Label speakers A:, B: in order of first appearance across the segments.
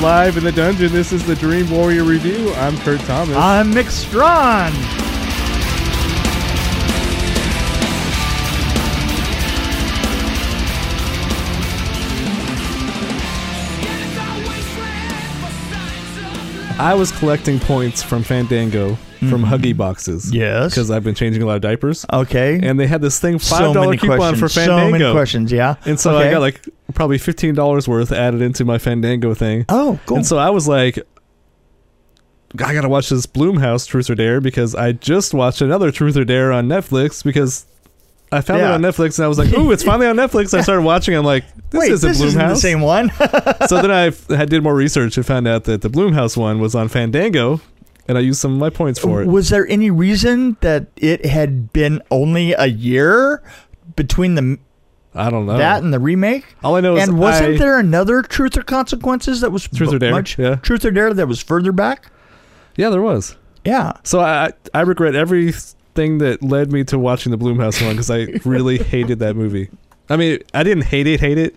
A: live in the dungeon. This is the Dream Warrior Review. I'm Kurt Thomas.
B: I'm Mick Strawn.
A: I was collecting points from Fandango from Huggy boxes.
B: Hmm. Yes.
A: Because I've been changing a lot of diapers.
B: Okay.
A: And they had this thing
B: so
A: $5
B: many
A: coupon
B: questions.
A: for Fandango.
B: so many questions. Yeah.
A: And so
B: Okay.
A: I got like probably $15 worth added into my Fandango thing.
B: Oh, cool.
A: And so I was like, I gotta watch this Bloomhouse Truth or Dare because I just watched another Truth or Dare on Netflix because I found
B: Yeah.
A: it on Netflix and I was like, ooh, it's finally on Netflix. I started watching. I'm like, this
B: Wait,
A: isn't
B: this
A: Bloomhouse.
B: isn't the same one.
A: so then I f- I did more research and found out that the Bloomhouse one was on Fandango, and I used some of my points for it.
B: Was there any reason that it had been only a year between the
A: I don't know.
B: that and the remake?
A: All I know is
B: and wasn't
A: Oh. I-
B: there another Truth or Consequences that was
A: Truth or
B: bu-
A: Dare,
B: much-
A: yeah.
B: Truth or Dare that was further back?
A: Yeah, there was.
B: Yeah.
A: So I I I regret everything that led me to watching the Bloomhouse one because I really hated that movie. I mean, I didn't hate it, hate it.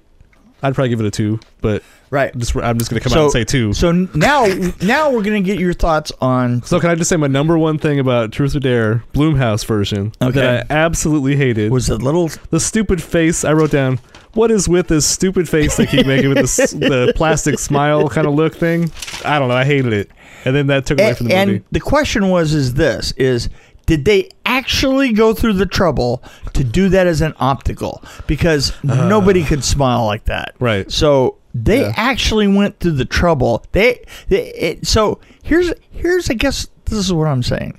A: I'd probably give it a two, but
B: Right.
A: I'm just I'm just gonna come out and say two. So,
B: So n- now, now we're gonna get your thoughts on.
A: can I just say my number one thing about Truth or Dare Bloomhouse version
B: Okay.
A: that I absolutely hated
B: Was it little?
A: the stupid face. I wrote down what is with this stupid face they keep making with this the plastic smile kind of look thing. I don't know. I hated it, and then that took away
B: And,
A: from the movie.
B: the question was: Is this is did they actually go through the trouble to do that as an optical? Because nobody could smile like that.
A: Uh. Right.
B: So they
A: Yeah.
B: actually went through the trouble. They, they it, so here's here's I guess this is what I'm saying.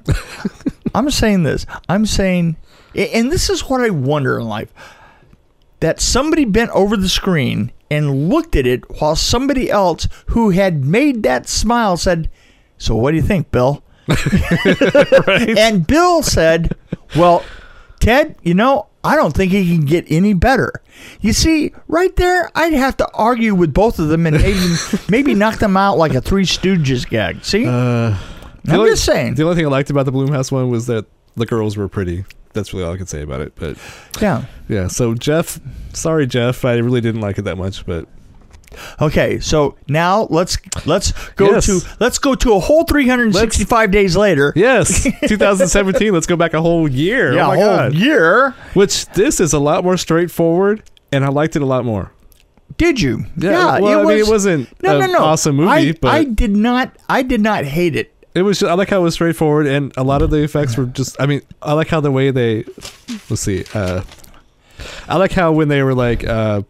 B: I'm saying this. I'm saying, a- and this is what I wonder in life that somebody bent over the screen and looked at it while somebody else who had made that smile said, So what do you think, Bill? And Bill said, Well, Ted, you know, I don't think he can get any better. You see, right there, I'd have to argue with both of them and maybe, maybe knock them out like a Three Stooges gag.
A: Uh,
B: See?
A: The
B: I'm
A: only-
B: just saying.
A: The only thing I liked about the Bloomhouse one was that the girls were pretty. That's really all I could say about it. But
B: yeah.
A: yeah, so Jeff, sorry Jeff, I really didn't like it that much. But
B: Okay, so now let's let's go
A: Yes.
B: to let's go to a whole 365 days later.
A: yes, 2017. let's go back a whole year.
B: Yeah,
A: oh
B: a
A: my
B: whole
A: god.
B: year.
A: Which this is a lot more straightforward, and I liked it a lot more.
B: Did you?
A: well, I mean, it wasn't
B: no, no,
A: an
B: no.
A: awesome movie,
B: I,
A: but
B: I did not. I did not hate it.
A: it was just, I like how it was straightforward and a lot of the effects were just I mean I like how the way they let's see uh I like how when they were like uh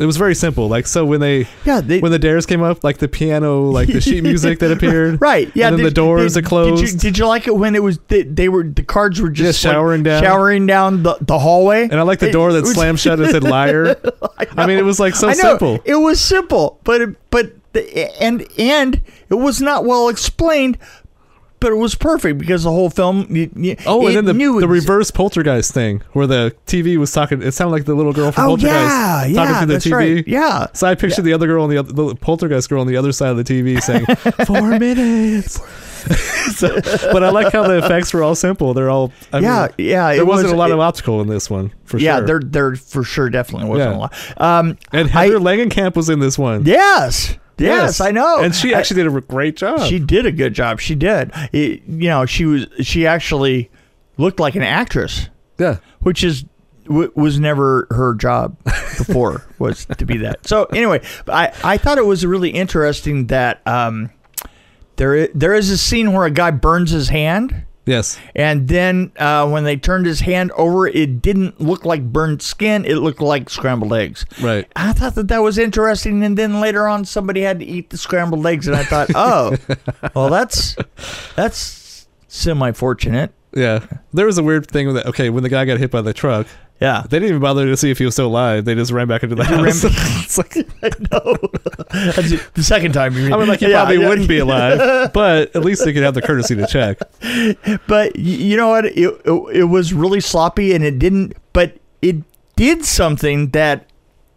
A: it was very simple like so when they
B: Yeah, they,
A: when the dares came up like the piano like the sheet music that appeared
B: right. Yeah,
A: and then
B: did-
A: the doors
B: did-
A: are closed
B: Did you, did you like it when it was they, they were the cards were just
A: Yeah,
B: like,
A: showering down.
B: showering down the, the hallway?
A: and I like the
B: It-
A: door
B: it
A: that
B: was-
A: slammed shut and said liar I, mean it was like so
B: I know,
A: simple
B: It was simple, but it, but the, and and it was not well explained. But it was perfect because the whole film. You, you,
A: Oh,
B: it
A: and then the,
B: knew
A: the
B: ex-
A: reverse poltergeist thing where the TV was talking. It sounded like the little girl from
B: Oh
A: Poltergeist
B: yeah,
A: talking
B: yeah,
A: to the
B: that's
A: TV.
B: right. Yeah,
A: So I pictured the other girl on the other, the poltergeist girl on the other side of the TV saying four minutes. So- but I like how the effects were all simple. They're all I
B: yeah,
A: Mean,
B: yeah.
A: there wasn't
B: was-
A: a lot
B: it-
A: of optical in this one for
B: yeah,
A: sure.
B: there, there for sure definitely wasn't
A: Yeah.
B: a lot. Um,
A: and
B: I-
A: Heather Langenkamp was in this one.
B: yes, yes, I know.
A: And she actually did a great job.
B: I- she did a good job. She did. It- you know, she was she actually looked like an actress,
A: yeah.
B: which is w- was never her job before was to be that. So anyway, I I thought it was really interesting that um, there i- there is a scene where a guy burns his hand.
A: Yes.
B: And then uh, when they turned his hand over, it didn't look like burnt skin. It looked like scrambled eggs.
A: Right.
B: I thought that that was interesting. And then later on, somebody had to eat the scrambled eggs, and I thought, oh, well, that's that's semi fortunate.
A: Yeah. There was a weird thing with that. Okay, when the guy got hit by the truck,
B: Yeah.
A: they didn't even bother to see if he was still alive. They just ran back into the
B: They ran-
A: house. it's like,
B: That's it. Oh. the second time you mean.
A: I mean, like he probably wouldn't be alive, but at least they could have the courtesy to check.
B: But y- you know what? It, it, it was really sloppy, and it didn't. But it did something that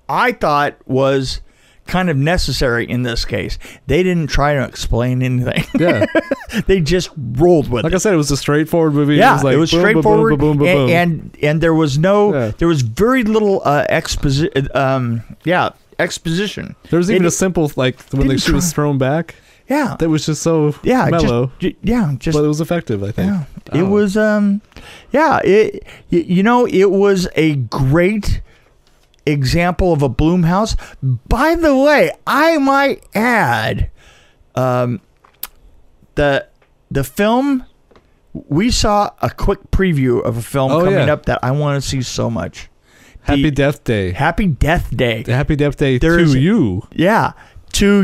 B: I thought was kind of necessary in this case. They didn't try to explain anything.
A: Yeah.
B: they just rolled with
A: Like
B: it.
A: I said, it was a straightforward movie.
B: yeah,
A: it was, like boom, boom, boom,
B: straightforward,
A: Boom, boom, boom,
B: a-
A: boom.
B: and, and there was no,
A: Yeah.
B: there was very little uh, exposition. Um, yeah, exposition.
A: There was even
B: It-
A: a simple like when the
B: didn't
A: she was
B: try-
A: thrown back
B: Yeah.
A: that was just so
B: yeah. just-
A: mellow,
B: j- yeah. Just
A: but it was effective. I think.
B: Yeah,
A: I
B: it
A: don't know.
B: was. Um, yeah, it. y- You know, it was a great example of a Bloomhouse. By the way, I might add, um, the the film. We saw a quick preview of a film
A: Oh,
B: coming
A: yeah.
B: up that I want to see so much.
A: Happy
B: The-
A: Death Day.
B: Happy Death Day.
A: Happy Death Day
B: There
A: to
B: is-
A: you.
B: Yeah, to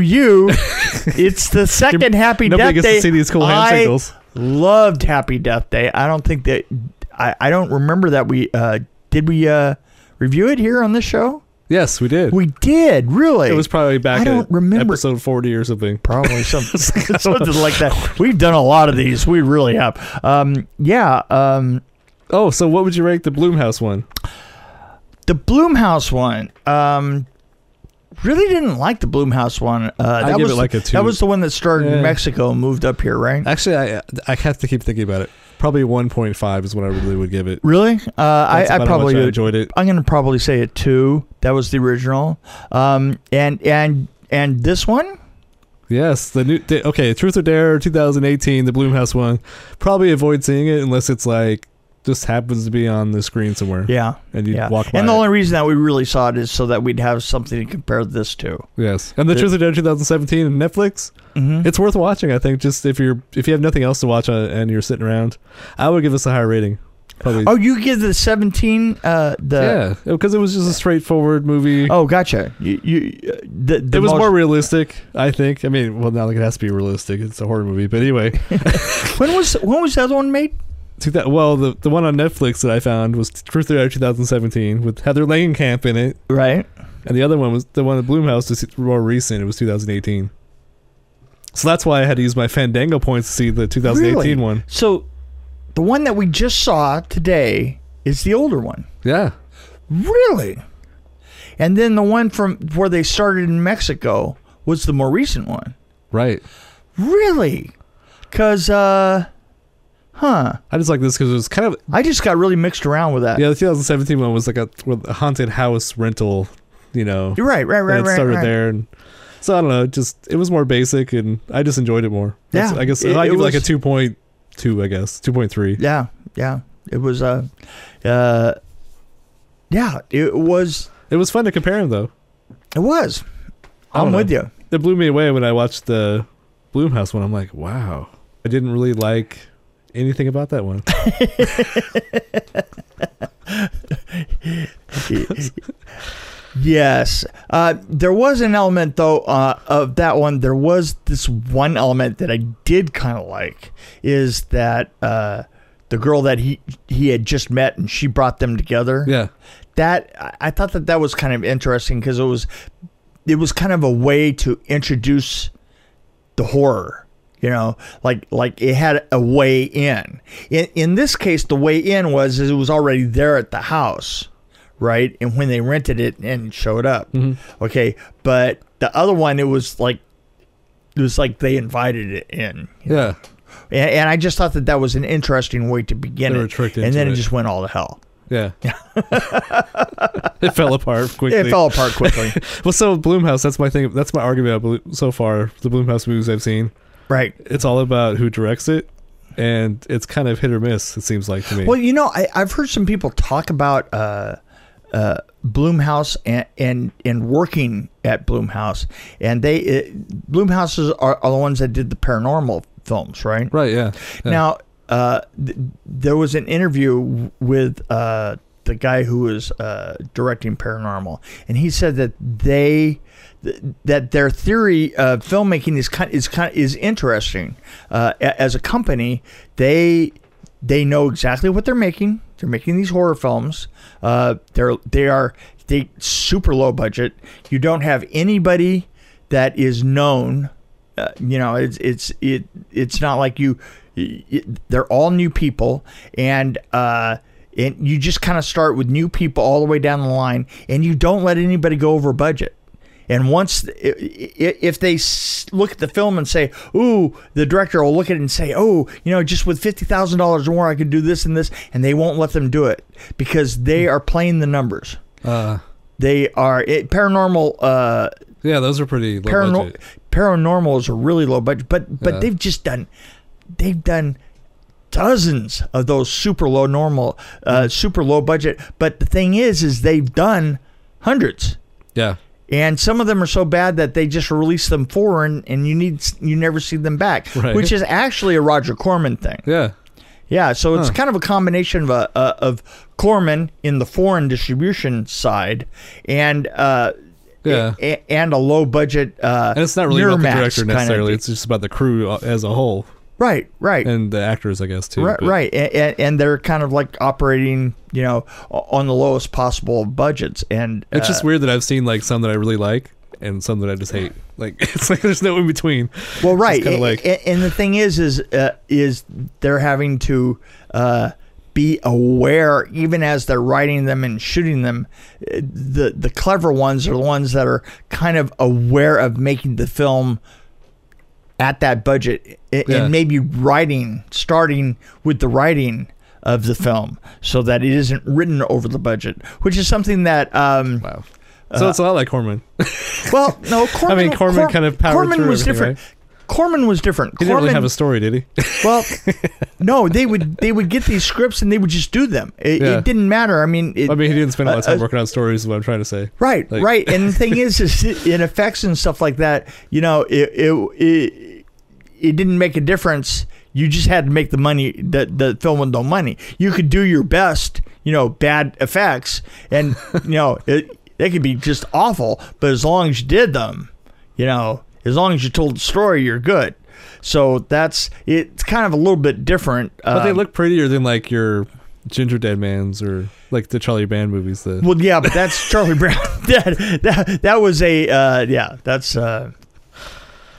B: you. it's the second Happy
A: Nobody
B: Death
A: gets
B: Day
A: to see these cool hand
B: I-
A: signals.
B: loved Happy Death Day. I don't think that I, I don't remember that we uh did we uh review it here on this show?
A: Yes, we did.
B: We did, really.
A: it was probably back
B: I don't
A: at
B: remember.
A: episode forty or something.
B: probably something something like that. We've done a lot of these. We really have. Um yeah, um
A: Oh, so what would you rank the Bloomhouse one?
B: the Bloomhouse one. Um really didn't like the Bloomhouse one. Uh that
A: I give
B: was
A: it like a two.
B: that was the one that started
A: Yeah.
B: in Mexico and moved up here, right?
A: Actually, I I have to keep thinking about it. Probably 1.5 is what I really would give it.
B: Really? Uh I,
A: That's about
B: I
A: how
B: probably
A: much I
B: would-
A: enjoyed it.
B: I'm gonna probably say a two. That was the original. Um, and and and this one,
A: Yes, the new the, okay, Truth or Dare 2018, the Bloomhouse one. Probably avoid seeing it unless it's like just happens to be on the screen somewhere
B: yeah,
A: and you
B: yeah.
A: walk by.
B: And the
A: it.
B: only reason that we really saw it is so that we'd have something to compare this to.
A: yes, and the,
B: the-
A: Truth or Dare 2017 on Netflix.
B: Mm-hmm.
A: It's worth watching, I think. Just if you're if you have nothing else to watch on, and you're sitting around, I would give this a higher rating. Probably.
B: oh, you give the 17. Uh, the
A: yeah, because it was just a straightforward movie.
B: oh, gotcha. You, you uh, the, the
A: it was
B: most-
A: more realistic, I think. I mean, well, not like it has to be realistic. It's a horror movie, but anyway.
B: When was when was the other one made?
A: Two thou- well, the the one on Netflix that I found was Truth or Dare 2017 with Heather Langenkamp in it,
B: Right.
A: and the other one was the one at Bloomhouse was more recent. It was 2018. So that's why I had to use my Fandango points to see the 2018
B: Really?
A: one.
B: So, the one that we just saw today is the older one.
A: Yeah,
B: Really? And then the one from where they started in Mexico was the more recent one.
A: right.
B: Really? Cause uh huh.
A: I just like this because it was kind of
B: I just got really mixed around with that.
A: yeah. The 2017 one was like a, with a haunted house rental, you know.
B: You're right, right, right,
A: and it
B: right.
A: started
B: right.
A: there, and so I don't know. Just it was more basic, and I just enjoyed it more. That's-
B: Yeah,
A: I guess
B: it-
A: I
B: it
A: give it like a
B: was-
A: 2.2, I guess 2.3.
B: Yeah, yeah. It was uh uh yeah, it was
A: It was fun to compare them though.
B: it was.
A: I don't
B: I'm
A: know.
B: with you.
A: that blew me away when I watched the Bloomhouse one. I'm like, wow, I didn't really like anything about that one.
B: Yes. Uh, there was an element, though, uh, of that one. There was this one element that I did kind of like is that uh, the girl that he he had just met and she brought them together.
A: yeah,
B: That I- I thought that that was kind of interesting because it was it was kind of a way to introduce the horror. You know, like like it had a way in. In in this case, the way in was is it was already there at the house, right? And when they rented it and showed up,
A: Mm. Mm-hmm.
B: okay. But the other one, it was like it was like they invited it in.
A: yeah,
B: And, and I just thought that that was an interesting way to begin
A: They were
B: it.
A: tricked
B: and
A: into
B: then
A: it.
B: it just went all to hell.
A: yeah. it fell apart quickly.
B: It fell apart quickly,
A: Well, so Bloomhouse. That's my thing. That's my argument about Blo- so far. The Bloomhouse movies I've seen,
B: right?
A: it's all about who directs it, and it's kind of hit or miss. It seems like to me.
B: Well, you know, I, I've heard some people talk about uh, uh, Bloomhouse and, and and working at Bloomhouse, and they it, Bloomhouses are, are the ones that did the paranormal films, right?
A: right? Yeah. yeah.
B: Now, uh, th- there was an interview with uh, the guy who was uh, directing Paranormal, and he said that they th- that their theory of filmmaking is kind is kind is interesting. Uh, a- as a company, they they know exactly what they're making. They're making these horror films. Uh, they're they are they super low budget. You don't have anybody that is known uh, you know it's it's it it's not like you y- y- they're all new people and uh and you just kind of start with new people all the way down the line and you don't let anybody go over budget and once i- i- if they s- look at the film and say ooh the director will look at it and say oh you know just with $50,000 more I could do this and this and they won't let them do it because they are playing the numbers
A: uh,
B: They are it, paranormal. Uh,
A: Yeah, those are pretty low
B: paranormal.
A: budget.
B: Paranormal is a really low budget, but but
A: Yeah.
B: they've just done, they've done dozens of those super low normal,
A: Hmm.
B: uh, super low budget. But the thing is, is they've done hundreds.
A: Yeah,
B: and some of them are so bad that they just release them foreign and you need you never see them back
A: Right.
B: which is actually a roger corman thing
A: yeah,
B: yeah so it's
A: Huh.
B: kind of a combination of a, uh, of corman in the foreign distribution side and uh
A: yeah.
B: a- and a low budget uh
A: And it's not really about the
B: Miramax
A: director
B: kind of
A: necessarily.
B: thing.
A: It's just about the crew uh, as a whole
B: right right
A: and the actors, I guess, too.
B: Right,
A: but-
B: right, and, and, and they're kind of like operating, you know, o- on the lowest possible budgets, and
A: It's just
B: uh,
A: weird that I've seen like some that I really like and some that I just hate. Like it's like there's no in between.
B: Well, right,
A: kinda
B: and,
A: like-
B: and- and the thing is, is uh, is they're having to uh, be aware, even as they're writing them and shooting them. uh, The the clever ones are the ones that are kind of aware of making the film at that budget, a-
A: Yeah.
B: and maybe writing, starting with the writing of the film, so that it isn't written over the budget, which is something that. Um,
A: Wow. So it's a lot like Horman.
B: Well, no, Corman,
A: mean, Corman kind of powered
B: Corman
A: through
B: was
A: everything,
B: different. Corman was different.
A: He didn't really
B: Corman-
A: have a story, did he?
B: well, no, they would they would get these scripts and they would just do them. It,
A: Yeah.
B: it didn't matter. I mean, it,
A: I mean, he didn't spend a lot of
B: Uh, uh,
A: time working on stories. Is what I'm trying to say.
B: right,
A: like-
B: right. And the thing is, is it- in effects and stuff like that, you know, it it it, it didn't make a difference. You just had to make the money. The the film with no money. You could do your best. You know, bad effects, and you know, it, they could be just awful. But as long as you did them, you know, as long as you told the story, you're good. So that's it's kind of a little bit different.
A: But they
B: um,
A: look prettier than like your Ginger Dead Man's or like the Charlie Band movies. The
B: Well, yeah, but that's Charlie Brown. that, that that was a uh, yeah. That's uh,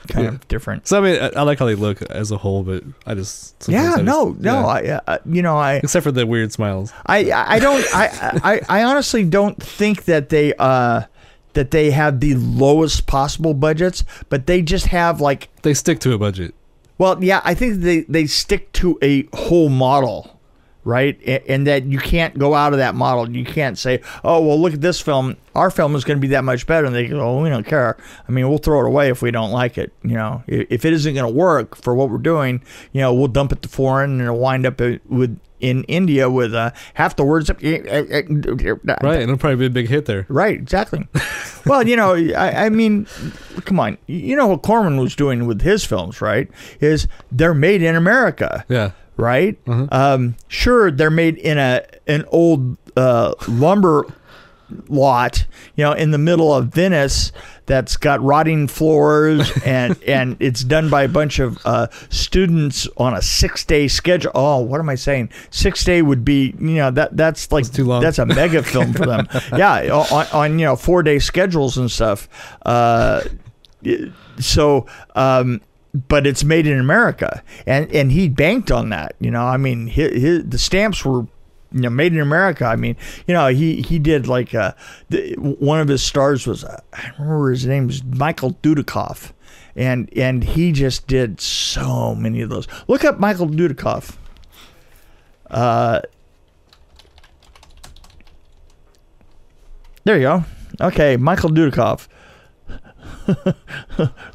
B: kind
A: Yeah.
B: of different.
A: so I mean, I, I like how they look as a whole, but I just sometimes I
B: yeah,
A: just-
B: no, no.
A: yeah.
B: I, I you know I
A: Except for the weird smiles.
B: I I don't I, I I honestly don't think that they uh that they have the lowest possible budgets, but they just have like
A: They stick to a budget.
B: Well, yeah, I think they, they stick to a whole model, right? A- And that you can't go out of that model. You can't say, oh, well, look at this film. Our film is going to be that much better. And they go, oh, we don't care. I mean, we'll throw it away if we don't like it. You know, I- if it isn't going to work for what we're doing, you know, we'll dump it to foreign and it'll wind up i- with in India with uh, half the words. eh,
A: Right, and it'll probably be a big hit there.
B: Right, exactly. well, you know, I, I mean, come on. You know what Corman was doing with his films, right? Is they're made in America,
A: Yeah,
B: right?
A: Mhm.
B: Um, sure, they're made in a an old uh, lumber lot, you know, in the middle of Venice that's got rotting floors and and it's done by a bunch of uh, students on a six day schedule. Oh, what am I saying? Six day would be you know that that's like
A: That's too long.
B: That's a mega film for them. Yeah, on, on you know four day schedules and stuff. Uh, so. Um, but it's made in America, and, and he banked on that. You know, I mean, his, his, the stamps were you know, made in America. I mean, you know, he he did like uh, the, one of his stars was uh, I remember his name was Michael Dudikoff, and and he just did so many of those. Look up Michael Dudikoff. Uh, there you go. Okay, Michael Dudikoff.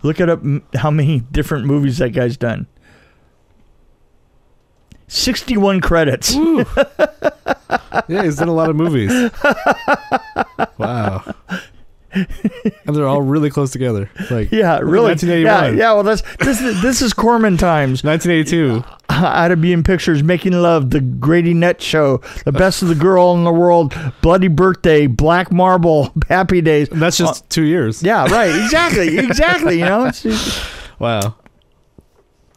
B: Look it up. m- How many different movies that guy's done? Sixty-one credits.
A: Woo. yeah, he's done a lot of movies. Wow. And they're all really close together. Like
B: Yeah, really.
A: 1981.
B: Yeah, yeah. Well, that's this. Is, this is Corman times.
A: 1982.
B: Out of being pictures, making love, the Grady Nut Show, the best of the girl in the world, bloody birthday, black marble, happy days. Uh,
A: And that's just two years.
B: Yeah, right. Exactly. exactly. You know. It's-
A: Wow.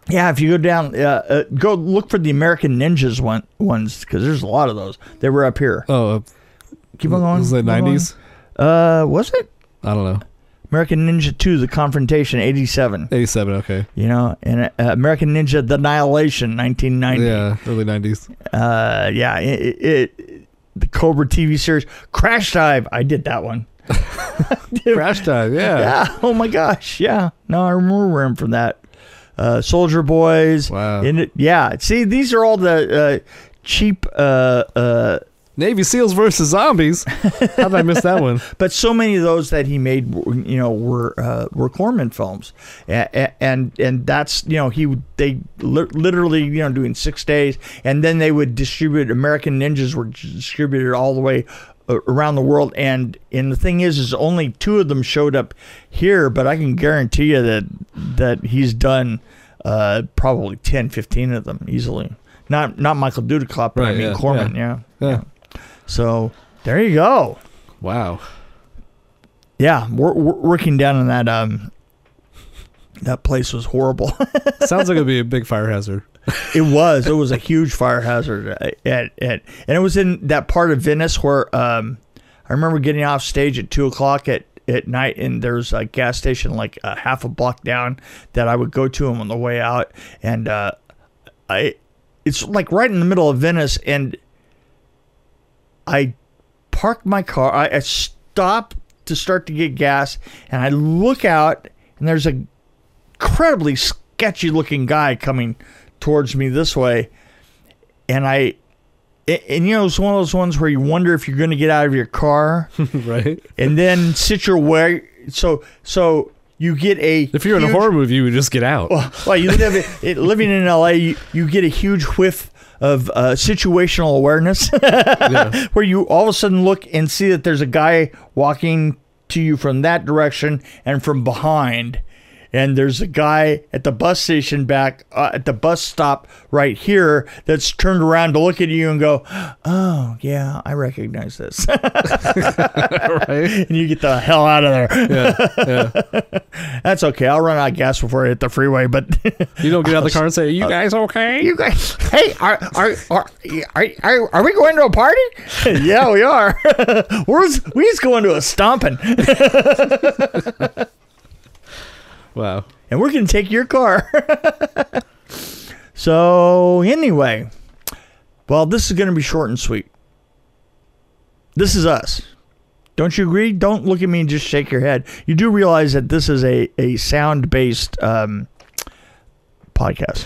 B: Yeah, if you go down, uh, uh, go look for the American Ninjas one ones because there's a lot of those. They were up here.
A: Oh, uh,
B: Keep on going.
A: Was it
B: keep on
A: 90s?
B: going. Uh, was it
A: I don't know.
B: American Ninja Two: The Confrontation '87?
A: 87. Okay.
B: You know, and uh, American Ninja: The Annihilation '1990.
A: Yeah, early 90s.
B: uh yeah it, it, it- the cobra tv series crash dive i did that one
A: Crash time. Yeah.
B: yeah oh my gosh yeah no i remember him from that uh soldier boys
A: Wow.
B: and it, yeah see these are all the uh cheap uh uh
A: Navy SEALs versus zombies. How did I miss that one?
B: But so many of those that he made, were, you know, were uh, were Corman films, and, and and that's you know he they li- literally you know doing six days, and then they would distribute American Ninjas were distributed all the way a- around the world, and and the thing is is only two of them showed up here, but I can guarantee you that that he's done uh, probably 10, 15 of them easily. Not not Michael Dudikoff, but I
A: Right,
B: mean
A: yeah,
B: Corman, yeah.
A: Yeah.
B: So there you go.
A: Wow.
B: Yeah, wor- wor- working down in that um that place was horrible.
A: Sounds like it'd be a big fire hazard.
B: it was. It was a huge fire hazard at, at at and it was in that part of Venice where um I remember getting off stage at two o'clock at at night and there's a gas station like a half a block down that I would go to on the way out and uh I it's like right in the middle of Venice and I parked my car. I, I stop to start to get gas, and I look out, and there's a incredibly sketchy looking guy coming towards me this way, and I. a- And you know, it's one of those ones where you wonder if you're going to get out of your car,
A: right?
B: and then sit your way. So, so you get a.
A: If you're in a
B: huge-
A: horror movie, you would just get out.
B: well, well, you live in, it, living in LA, you, you get a huge whiff of uh, situational awareness, where you all of a sudden look and see that there's a guy walking to you from that direction and from behind. And there's a guy at the bus station back uh, at the bus stop right here that's turned around to look at you and go, "Oh yeah, I recognize this,"
A: right?
B: and you get the hell out of there.
A: Yeah, yeah.
B: That's okay. I'll run out of gas before I hit the freeway, but
A: You don't get out of the car and say, "Are Uh, you guys okay?"
B: You guys, hey, are are are are, are, are we going to a party? yeah, we are. We're just, we just going to a stomping,
A: wow.
B: and we're gonna take your car. so anyway, well, this is gonna be short and sweet. This is us. Don't you agree? Don't look at me and just shake your head. You do realize that this is a a sound based um, podcast.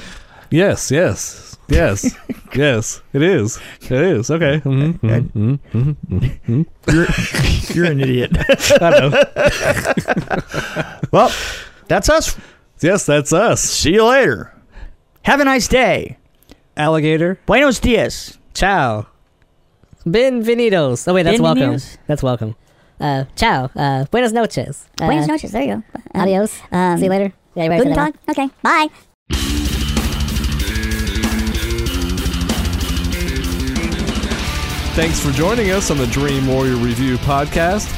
A: Yes, yes, yes, yes. It is. It is. Okay. Mhm, mhm, mhm, mhm, mhm, mhm.
B: You're you're an idiot.
A: I know.
B: well, that's us.
A: Yes, that's us.
B: See you later. Have a nice day.
C: Alligator.
B: Buenos dias.
C: Ciao. Benvenidos. Oh wait, that's
D: Bienvenidos.
C: welcome. That's welcome.
D: Uh, ciao. Uh, buenas noches. Uh,
E: Buenas noches. There you go. Um,
D: Adios.
E: Um,
D: See you later. Yeah, you're right for
E: Guten
D: that one.
E: Tag. Okay. Bye.
A: Thanks for joining us on the Dream Warrior Review podcast.